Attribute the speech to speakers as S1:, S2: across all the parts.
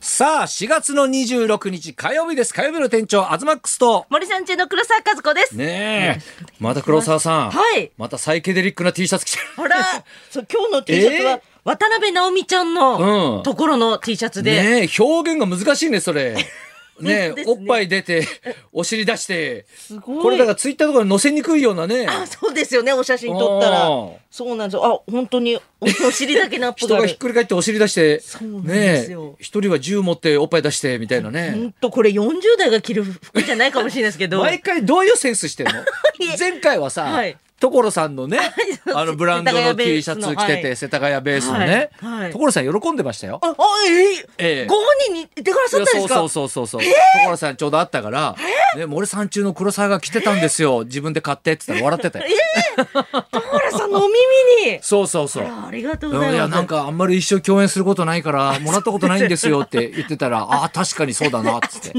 S1: さあ、4月の26日火曜日です。火曜日の店長、アズマックスと。
S2: 森さん中の黒沢和子です。
S1: ねえ、また黒沢さん。
S2: はい
S1: またサイケデリックな T シャツ着てる。
S2: ほら、そう今日の T シャツ
S1: えー
S2: は渡辺直美ちゃん
S1: う
S2: の
S1: ん
S2: ところの T シャツで、
S1: ねえ、表現が難しいね、それ。ねえ、
S2: ですね
S1: おっぱい出て、お尻出して。す
S2: ごい
S1: これだからツイッターとかに載せにくいようなね。
S2: あ、そうですよね。お写真撮ったら
S1: おー、
S2: そうなんですよ。あ、本当にお尻だけのアップ
S1: 人
S2: があ
S1: が
S2: る
S1: ひっ。くり返ってお尻出して。
S2: そうなんですよ
S1: ねえ、一人は銃持っておっぱい出して、みたいなね。
S2: 本当これ40代が着る服じゃないかもしれないです けど。
S1: 毎回どういうセンスしてんの
S2: いえ
S1: 前回はさ、
S2: はい
S1: 所さんのね
S2: そう
S1: あのブランド
S2: 世田
S1: の
S2: 谷ベ
S1: T
S2: ー
S1: シ
S2: ス
S1: ャ
S2: の
S1: ツ着てて、
S2: はい
S1: 世田谷ベースのね、
S2: はいはい
S1: 所さん喜んでましたよ。
S2: あ、あ、えー
S1: ええ
S2: ご本人にいてくださったんですか
S1: そうそうそうそうそう、所さんちょうどあったから、ね、森さん中の黒沢が来てたんですよ自分で買ってって言ったら笑ってたよ、。
S2: 所さんのお耳に
S1: そうそうそう
S2: あありがとう
S1: う
S2: ご
S1: ん
S2: ざ
S1: い
S2: い
S1: や
S2: ます。
S1: なんかあんまり一生共演することないからもらったことないんですよって言ってたら ああ確かにそうだなっつって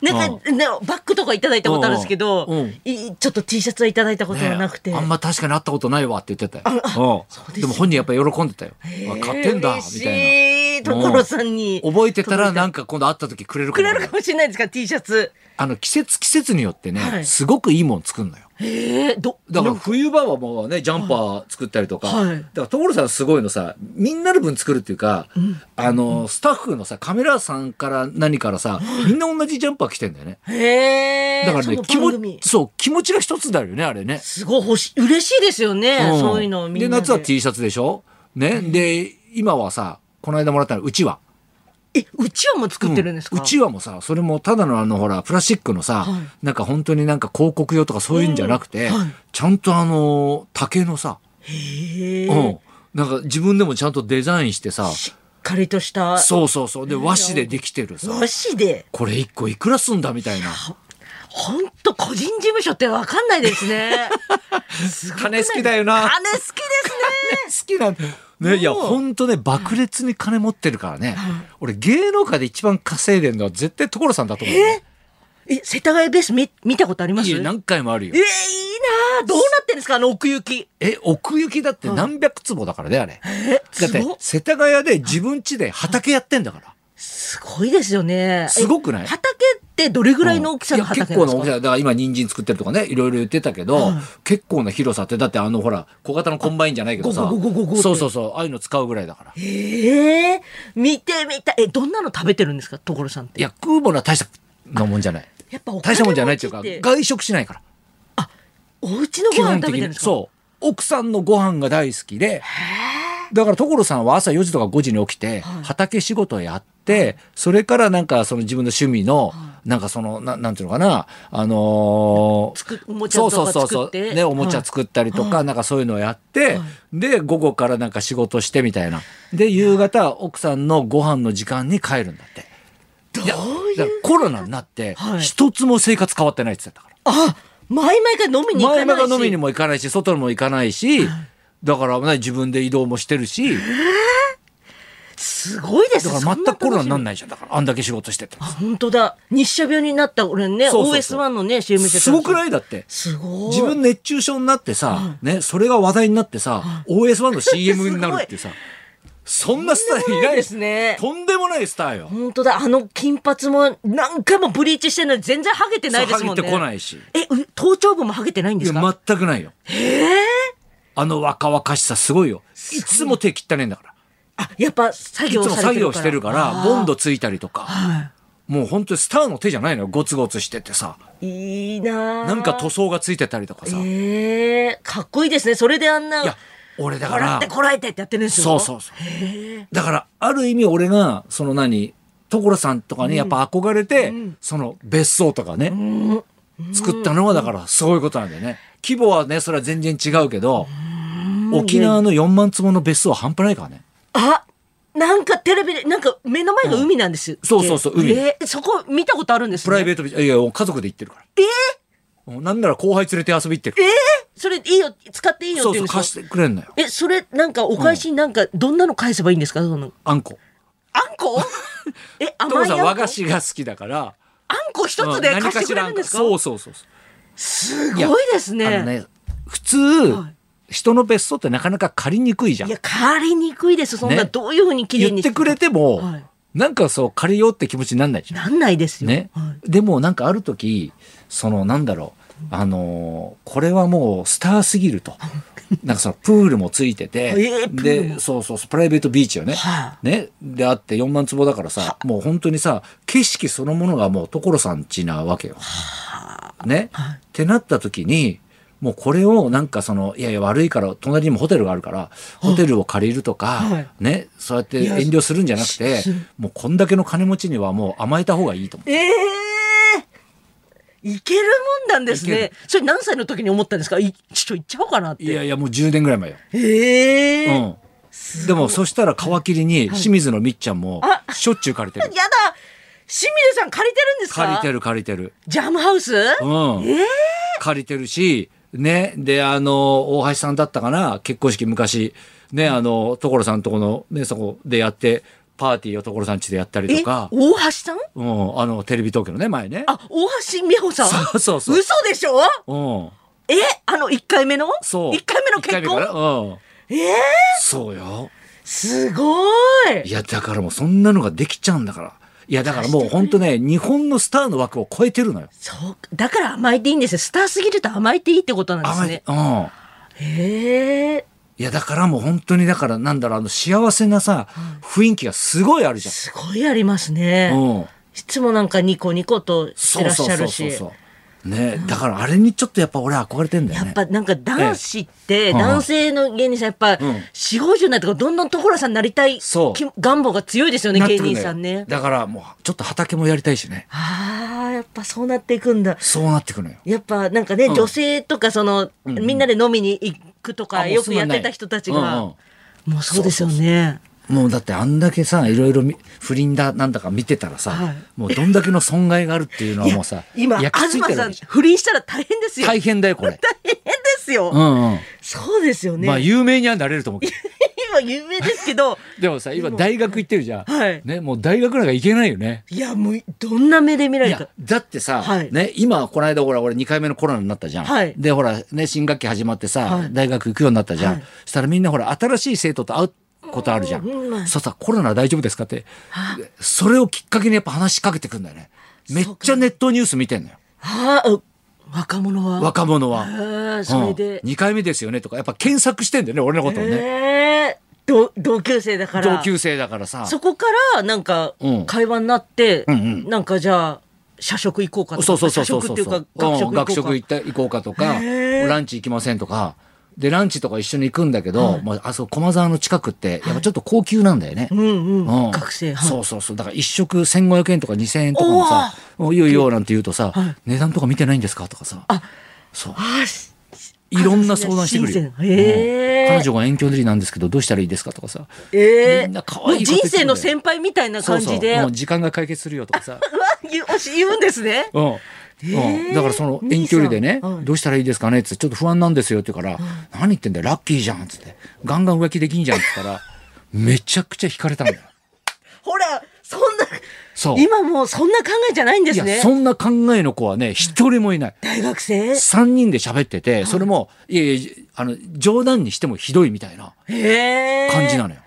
S2: なんか、ね、バッグとかいただいたことあるんですけど、
S1: うんうん
S2: いちょっと T シャツはいただいたことはなくて。
S1: ねえあんま確かに会ったことないわって言ってたよ。うん
S2: ですよ
S1: も本人やっぱ喜んでたよ。あ買ってんだ
S2: えー
S1: みたい
S2: 嬉しい所さんに
S1: な。覚えてたら
S2: 届い
S1: なんか今度会った時くれるか
S2: く
S1: も
S2: れるかもしれないですか T シャツ
S1: あの季節季節によってね、
S2: はい
S1: すごくいいもん作るのよ。
S2: ええど
S1: だから
S2: ど
S1: 冬場はもうねジャンパー作ったりとか、
S2: はい
S1: だから所さんすごいのさみんなの分作るっていうか、あのスタッフのさカメラさんから何からさみんな同じジャンパー着てんだよね。
S2: へえ
S1: だから
S2: そ
S1: ね
S2: の
S1: 気
S2: 番組
S1: 持そう気持ちが一つだよねあれね。
S2: すごい欲しい嬉しいですよね、
S1: ん
S2: そういうのをみんなで
S1: で夏は T シャツでしょね、で今はさこの間もらったのうちわ
S2: えうちわも作ってるんですか、
S1: うちわもさそれもただのあのほらプラスチックのさ、
S2: はい
S1: なんか本当になんか広告用とかそういうんじゃなくて、
S2: うんはい
S1: ちゃんとあの竹のさ、
S2: へえ
S1: うんなんか自分でもちゃんとデザインしてさ
S2: しっかりとした
S1: そうそうそうで和紙でできてるさ
S2: 和紙で
S1: これ一個いくらすんだみたいな
S2: ほんと個人事務所ってわかんないですねすごくない
S1: 金好きだよな
S2: 金好きですね
S1: 好きなんねいや
S2: もう
S1: 本当ね爆裂に金持ってるからね、俺芸能界で一番稼いでるのは絶対所さんだと思うよ、
S2: え世田谷ベース見見たことあります
S1: いや何回もあるよ
S2: えー、いいなあどうなってんですかあの奥行き。
S1: え、奥行きだって何百坪だからね、あれ。だって
S2: すご、
S1: 世田谷で自分家で畑やってんだから。
S2: すごいですよね。
S1: すごくない
S2: え畑ってどれぐらいの大きさ
S1: い
S2: の
S1: や
S2: 畑
S1: 結
S2: なん
S1: 構
S2: で
S1: な
S2: す
S1: 大きさ。だ
S2: か
S1: から今、人参作ってるとかね、いろいろ言ってたけど、結構な広さって、だってあの、ほら、小型のコンバインじゃないけどさ
S2: ゴゴゴゴゴゴっ、て
S1: そうそうそう、ああいうの使うぐらいだから。い
S2: ええ見てみたい。え、どんなの食べてるんですか所さんって。
S1: や、食うものは大したなもんじゃない。
S2: やっぱお金
S1: 大したもんじゃないっていうか
S2: 持ち、
S1: 外食しないから。
S2: お家のご
S1: 基
S2: 飯
S1: 本的
S2: 食べてるん
S1: に。
S2: ですか
S1: そう。奥さんのご飯が大好きで、だから所さんは朝4時とか5時に起きて、畑仕事をやって、それからなんかその自分の趣味の、なんかその、ななんていうのかな、あのー
S2: つくおもちゃとか
S1: そうそうそう
S2: 作って
S1: ね、おもちゃ作ったりとか、なんかそういうのをやって、で、午後からなんか仕事してみたいな。で、夕方、奥さんのご飯の時間に帰るんだって。
S2: どう
S1: や
S2: いう
S1: だからコロナになって
S2: は、い
S1: 一つも生活変わってないって言ってたから。
S2: あ、前々から飲みに行
S1: 前
S2: か
S1: 々
S2: ないし。
S1: が飲みにも行かないし外にも行かないし、だから、ね、自分で移動もしてるし
S2: すごいです
S1: だから全くコロナになん
S2: い。
S1: ないじゃんだからあんだけ仕事してて
S2: あ、本当だ。日射病になった俺ね、
S1: そうそうそう
S2: OS1 のね、CM してた
S1: すごく
S2: い
S1: ないだって
S2: すごい。
S1: 自分熱中症になってさ、ね、それが話題になってさ OS1 の CM になるってさそんなスターいない
S2: ですね。
S1: とんでもないスターよ。
S2: 本当だあの金髪も何回もブリーチしてるのに全然ハゲてないですもんね
S1: そうハゲてこないし
S2: えう頭頂部もハゲてないん
S1: い
S2: ですか
S1: や全くないよ。あの若々しさすごいよ。いつも手切ったねえんだから。
S2: あやっぱ作
S1: いつ
S2: 業
S1: も
S2: さ
S1: 作業
S2: れてるから
S1: してるから、ボンドついたりとか。
S2: は
S1: もう本当にスターの手じゃないのよ。ゴツゴツしててさ。
S2: いいいなあ
S1: なんか塗装がついてたりとかさ。い
S2: ええかっこいいですねそれであんな
S1: や、俺だか
S2: 笑
S1: ら
S2: って、こらえてってやってるんですよ
S1: そうそうそう。だから、ある意味俺が、その何、所さんとかにやっぱ憧れて、その別荘とかね、作ったのはだからそういうことなんだよね。規模はね、それは全然違うけど、沖縄の4万坪の別荘は半端ないからね。
S2: あなんかテレビでなんか目の前が海なんです、
S1: そうそうそう海
S2: えーそこ見たことあるんです、ね、
S1: プライベートビ、いやいや、家族で行ってるから。えなんなら後輩連れて遊び行ってる。
S2: それいいよ使っていいよ
S1: そ
S2: っ
S1: う
S2: てい
S1: そうう、
S2: んです
S1: 貸し
S2: よ
S1: てくれんのよ。
S2: えそれなんかお返しになんかどんなの返せばいいんですかその
S1: あんこ。
S2: あ んこえ、甘
S1: 所
S2: い
S1: さ
S2: あん
S1: ん
S2: こ。
S1: 和菓子が好きだから、
S2: あんこ一つで
S1: うん
S2: 貸してくれるんですか
S1: 何しらあんこそうそうそうそう。
S2: すごいです
S1: あ
S2: ね。
S1: のね、普通、
S2: はい
S1: 人の別荘ってなかなか借りにくいじゃん
S2: いや、。借りにくいです。そんな、
S1: ね
S2: どういうふうに綺麗
S1: 言っ
S2: に。
S1: てくれても、
S2: はい
S1: なんかそう借りようって気持ちになんないじゃん
S2: なんないですよ。
S1: ね
S2: はい、
S1: でもなんかある時そのなんだろうあのーこれはもうスターすぎる となんかそのプールもついてて、
S2: えープールも
S1: でそうそうそうプライベートビーチよね,、
S2: はあ
S1: ねであって4万坪だからさもう本当にさ景色そのものがもう所さんちなわけよ。ね、ってなった時にもうこれをなんかそのいやいや悪いから隣にもホテルがあるからホテルを借りるとか、
S2: はい
S1: ねそうやって
S2: いや
S1: 遠慮するんじゃなくて
S2: しし
S1: もうこんだけの金持ちにはもう甘えた方がいいと思う
S2: ええいけるもんなんです
S1: いけ
S2: ね
S1: る。
S2: それ何歳の時に思ったんですか。いちょっと行っちゃおうかなって。
S1: いやいやもう10年ぐらい前よ。
S2: ええ
S1: うん。でもそしたら皮切りに清水のみっちゃんも
S2: あ
S1: しょっちゅう借りてる。
S2: やだ。清水さん借りてるんですか。
S1: 借りてる借りてる。
S2: ジャムハウス。
S1: うん。借りてるし、ね。で、あの、大橋さんだったかな結婚式昔。ね、あの、所さんとこの、ね、そこでやって、パーティーを所さんちでやったりと
S2: え、
S1: か
S2: 大。橋さん。
S1: うん。あの、テレビ東京のね、前ね。
S2: あ、大橋美穂さん。
S1: そうそうそう
S2: 嘘でしょ
S1: うん。
S2: え、あの一回目の。
S1: そう。
S2: 一回目の
S1: 一
S2: 結
S1: 回目か
S2: 婚。
S1: なうん。
S2: ええ
S1: そうよ。
S2: すごい。
S1: いや、だからもうそんなのができちゃうんだから。いや、だからもう本当ね、日本のスターの枠を超えてるのよ。
S2: そうかだから甘えていいんですよ。スターすぎると甘えていいってことなんですね。
S1: あまりうん。
S2: へえ
S1: いや、だからもう本当に、だからなんだろう、あの幸せなさ、雰囲気がすごいあるじゃ
S2: すごいありますね。
S1: ん。うん。
S2: いつもなんかニコニコとしてらっしゃるし。
S1: う。ね、だからあれにちょっとやっぱ俺憧れてんだよ
S2: や
S1: ね。
S2: っぱなんか男子って、
S1: え
S2: 男性の芸人さんやっぱ、
S1: ん
S2: 四五十になってからどんどん所さんになりたい
S1: そう
S2: き願望が強いですよね
S1: なって
S2: 芸
S1: くるよ
S2: 人さんね。
S1: だからもうちょっと畑もやりたいしね。
S2: ああやっぱそうなっていくんだ。
S1: そうなってくのよ。
S2: やっぱなんかね、
S1: ん
S2: 女性とかその、みんなで飲みに行くと
S1: あ
S2: か
S1: もう
S2: よくやってた人たちが、
S1: うん
S2: もうそうですよね。
S1: うんもうだってあんだけさ、いろいろみ不倫だなんだか見てたらさ、
S2: はい
S1: もうどんだけの損害があるっていうのはもうさ、
S2: 今
S1: 焼き
S2: 東
S1: 付いてる
S2: さ
S1: わ
S2: ん
S1: けじゃん
S2: 不倫したら大変ですよ。
S1: 大変だよ、これ。
S2: 大変ですよ。
S1: うんうん。
S2: そうですよね。
S1: まあ有名にはなれると思うけど。
S2: 今有名ですけど、
S1: でもさ、今大学行ってるじゃん。
S2: はい
S1: ね、もう大学なんか行けないよね。
S2: いやもうどんな目で見ら
S1: い
S2: れ
S1: や
S2: た。
S1: だってさ、
S2: はい
S1: ね、今この間ほら俺2回目のコロナになったじゃん、
S2: はい
S1: でほらね新学期始まってさ、
S2: はい
S1: 大学行くようになったじゃん、
S2: はい
S1: したらみんなほら新しい生徒と会うことあるじゃん、
S2: うんうん
S1: そうさコロナ大丈夫ですかってでそれをきっかけにやっぱ話しかけてくんだよねめっちゃネットニュース見てんのよ
S2: はあう若者は。
S1: 若者は、
S2: へえそれで
S1: うん、2回目ですよねとかやっぱ検索してんだよね俺のことをね、
S2: ええ同同級生だから。
S1: 同級生だからさ
S2: そこからなんか
S1: うん
S2: 会話になって、
S1: うんうん
S2: なんかじゃあ社食行こうかとか。
S1: そうそうそうそう
S2: 社
S1: そ
S2: 食
S1: う
S2: っていうか学
S1: う
S2: 食
S1: ん
S2: 行
S1: 学
S2: こ
S1: 食
S2: う
S1: 行
S2: か。
S1: った行こうかとか
S2: へー
S1: ランチ行きませんとかでランチとか一緒に行くんだけど、まあ、あそこ駒沢の近くってやっぱちょっと高級なんだよね、
S2: うんうん、
S1: うん
S2: 学生。はい
S1: そうそうそうだから一食1,500円とか2,000円とかもさ「おいいよいいよ」なんて言うとさ、
S2: はい
S1: 値段とか見てないんですか?」とかさ
S2: あ
S1: そう
S2: あし
S1: いろんな相談してくるよ
S2: 新鮮
S1: う
S2: へー
S1: ん彼女が遠距離なんですけどどうしたらいいですか?」とかさ
S2: ええ
S1: みんな可愛いこと
S2: もう
S1: 言ってくるんだよ
S2: 人生の先輩みたいな感じで。
S1: そうそううもう時間が解決するよ」とかさ
S2: わ 言うおし言うんですね。
S1: うんうん、だからその遠距離でね、
S2: 兄さんはい
S1: どうしたらいいですかねってちょっと不安なんですよって言うから、何言ってんだよラッキーじゃんっつってガンガン浮気できんじゃんって言ったらめちゃくちゃ惹かれたんだよ。
S2: ほらそんな
S1: そう
S2: 今もうそんな考えじゃないんで
S1: い
S2: す
S1: や、
S2: ね。
S1: そんな考えの子はね一人もいない。
S2: 大学生。
S1: 3人で喋っててそれも、いやいやあの冗談にしてもひどいみたいな
S2: へえ。
S1: 感じなのよ。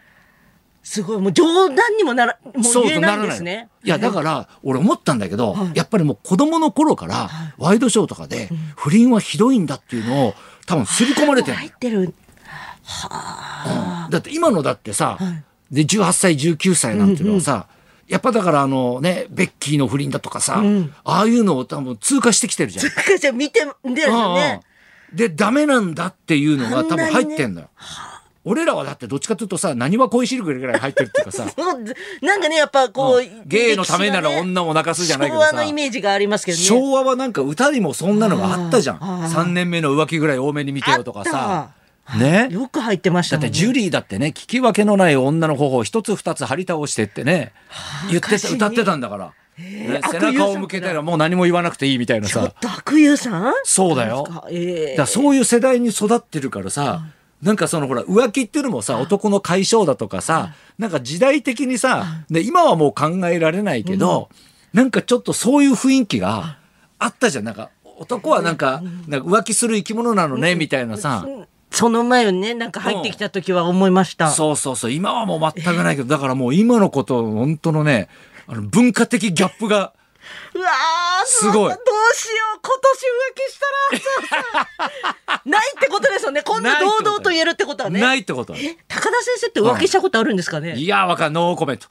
S2: すごい、もう冗談にもなら、もう言えないん
S1: の
S2: ですね。。
S1: いやだからら俺思ったんだけど、
S2: はい
S1: やっぱりもう子供の頃からワイドショーとかで不倫はひどいんだっていうのを多分刷り込まれてる
S2: 入ってる。
S1: だって今のだってさ、
S2: はい
S1: で18歳19歳なんていうのはさ、やっぱだからあのねベッキーの不倫だとかさ、
S2: ん
S1: ああいうのを多分通過してきてるじゃ ん。
S2: 赤ちゃん見て、出るよね。
S1: うんうんでダメなんだっていうのが多分
S2: あんな
S1: 入
S2: にね
S1: ってんのよ。俺らはだってどっちかというとさ何は恋しるぐらい入ってるっていうかさ
S2: もう、なんかね、やっぱこ
S1: う
S2: う、
S1: ん芸のためなら女を泣かすじゃないけ
S2: 昭
S1: どさ
S2: 和のイメージがありますけどね。
S1: 昭和はなんか歌にもそんなのがあったじゃん
S2: あーあー
S1: 3年目の浮気ぐらい多めに見てよとかさね
S2: よく入ってまし
S1: だ
S2: た
S1: っ
S2: もんね。
S1: てジュリーだってね聞き分けのない女の頬を一つ二つ張り倒してってね言って
S2: 歌
S1: た
S2: 詞に
S1: 歌ってたんだから、ね
S2: 悪
S1: 背
S2: 友さん
S1: 中を向けたらもう何も言わなくていいみたいな
S2: ちょ
S1: さ
S2: っと悪友さん
S1: そうだよ
S2: なんですかえ
S1: だ
S2: え
S1: からそういう世代に育ってるからさ、なんかそのほら浮気っていうのもさ男の解消だとかさなんか時代的にさで今はもう考えられないけど、なんかちょっとそういう雰囲気があったじゃんなんか男はなんかなんか浮気する生き物なのねみたいなさ、
S2: うんその前にね、なんか入ってきた時は思いました。
S1: そうそうそう今はもう全くないけどだからもう今のこと本当のねあの文化的ギャップが
S2: うわー
S1: すごい
S2: どうしよう今年浮気したら ないってことですよねこんな堂々と言えるってことはね
S1: ないってことは
S2: え高田先生って浮気したことあるんですかね、
S1: いやわかんノーコメント、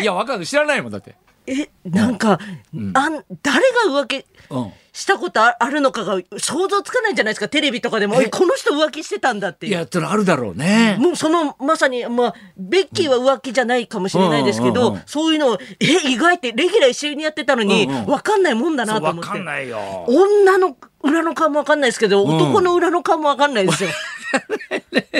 S1: いやわかんない知らないもんだって、
S2: えなんか、あん誰が浮気
S1: うん、
S2: したことああるのかが想像つかないんじゃないですかテレビとかでも
S1: え
S2: えこの人浮気してたんだって
S1: い
S2: いう
S1: やってのあるだろうね、
S2: もうそのまさに、まあ、ベッキーは浮気じゃないかもしれないです
S1: う
S2: け
S1: んうん
S2: ど、
S1: うんうん
S2: そういうのをえ意外ってレギュラー一緒にやってたのに、
S1: う
S2: わ
S1: んうん
S2: かんないもんだ
S1: そ
S2: な
S1: う
S2: と
S1: わ
S2: 思って
S1: かんないよ
S2: 女の裏の顔もわかんないですけど、
S1: ん
S2: 男の裏の顔もわかんないですよ。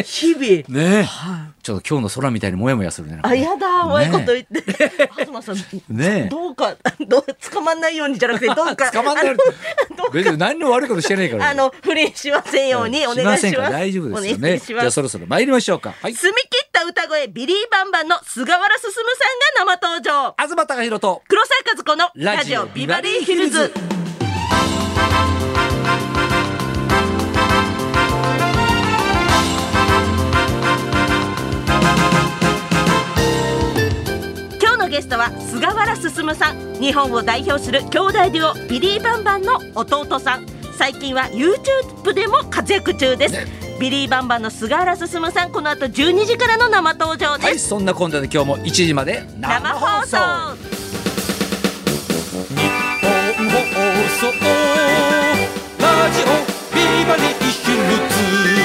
S2: 日々。
S1: ねえ
S2: はい
S1: ちょっと今日の空みたいにモヤモヤするねなんか
S2: あ、
S1: ね
S2: やだ、うまいこと
S1: ね
S2: 言って。東さん、
S1: ねえ
S2: どうか、どう、捕まんないようにじゃ なくて、どうか、
S1: 捕まんないように
S2: あのどう
S1: 別に何の悪いことしてないから
S2: あの、不倫しませんようにお願いしま
S1: しま
S2: す。
S1: せんから大丈夫ですよ
S2: お願
S1: ね
S2: いし
S1: じ
S2: ます
S1: ゃあそろそろ参りましょうかはい
S2: 澄み切った歌声、ビリーバンバンの菅原進さんが生登場。
S1: 東貴博と
S2: 黒沢和子のラ
S1: ラ
S2: ジ
S1: ジ
S2: オ
S1: オ
S2: ビ
S1: ビ
S2: バ
S1: バ
S2: リ
S1: リ
S2: ー
S1: ー
S2: ヒ
S1: ヒ
S2: ル
S1: ル
S2: ズ
S1: ズ。
S2: 今日のゲストは菅原進さん日本を代表する兄弟デュオビリー・バンバンの弟さん最近は YouTube でも活躍中ですビリー・バンバンの菅原進さんこの後12時からの生登場です、
S1: はいそんな今度で今日も1時まで
S2: 生放送
S1: 日本放送ラジオビバリーヒルズ